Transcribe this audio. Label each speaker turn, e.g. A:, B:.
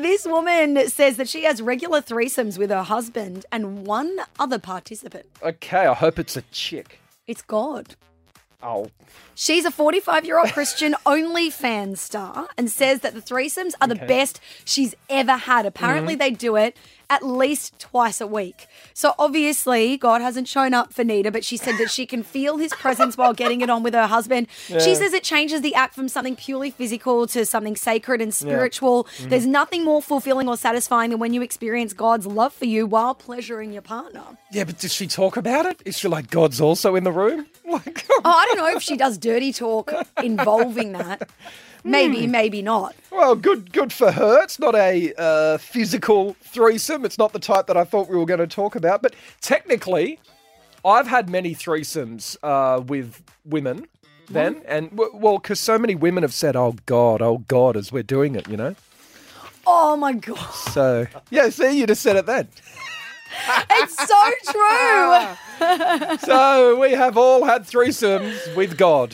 A: This woman says that she has regular threesomes with her husband and one other participant.
B: Okay, I hope it's a chick.
A: It's God.
B: Oh,
A: She's a 45 year old Christian OnlyFans star and says that the threesomes are the best she's ever had. Apparently, they do it at least twice a week. So obviously, God hasn't shown up for Nita, but she said that she can feel his presence while getting it on with her husband. She says it changes the act from something purely physical to something sacred and spiritual. There's nothing more fulfilling or satisfying than when you experience God's love for you while pleasuring your partner.
B: yeah, but does she talk about it? Is she like God's also in the room? Like,
A: Oh, I don't know if she does dirty talk involving that. Maybe, maybe not.
B: well, good, good for her. It's not a uh, physical threesome. It's not the type that I thought we were going to talk about. But technically, I've had many threesomes uh, with women. Then and w- well, because so many women have said, "Oh God, oh God," as we're doing it, you know.
A: Oh my god,
B: So yeah, see, you just said it then.
A: it's so true.
B: So we have all had threesomes with God.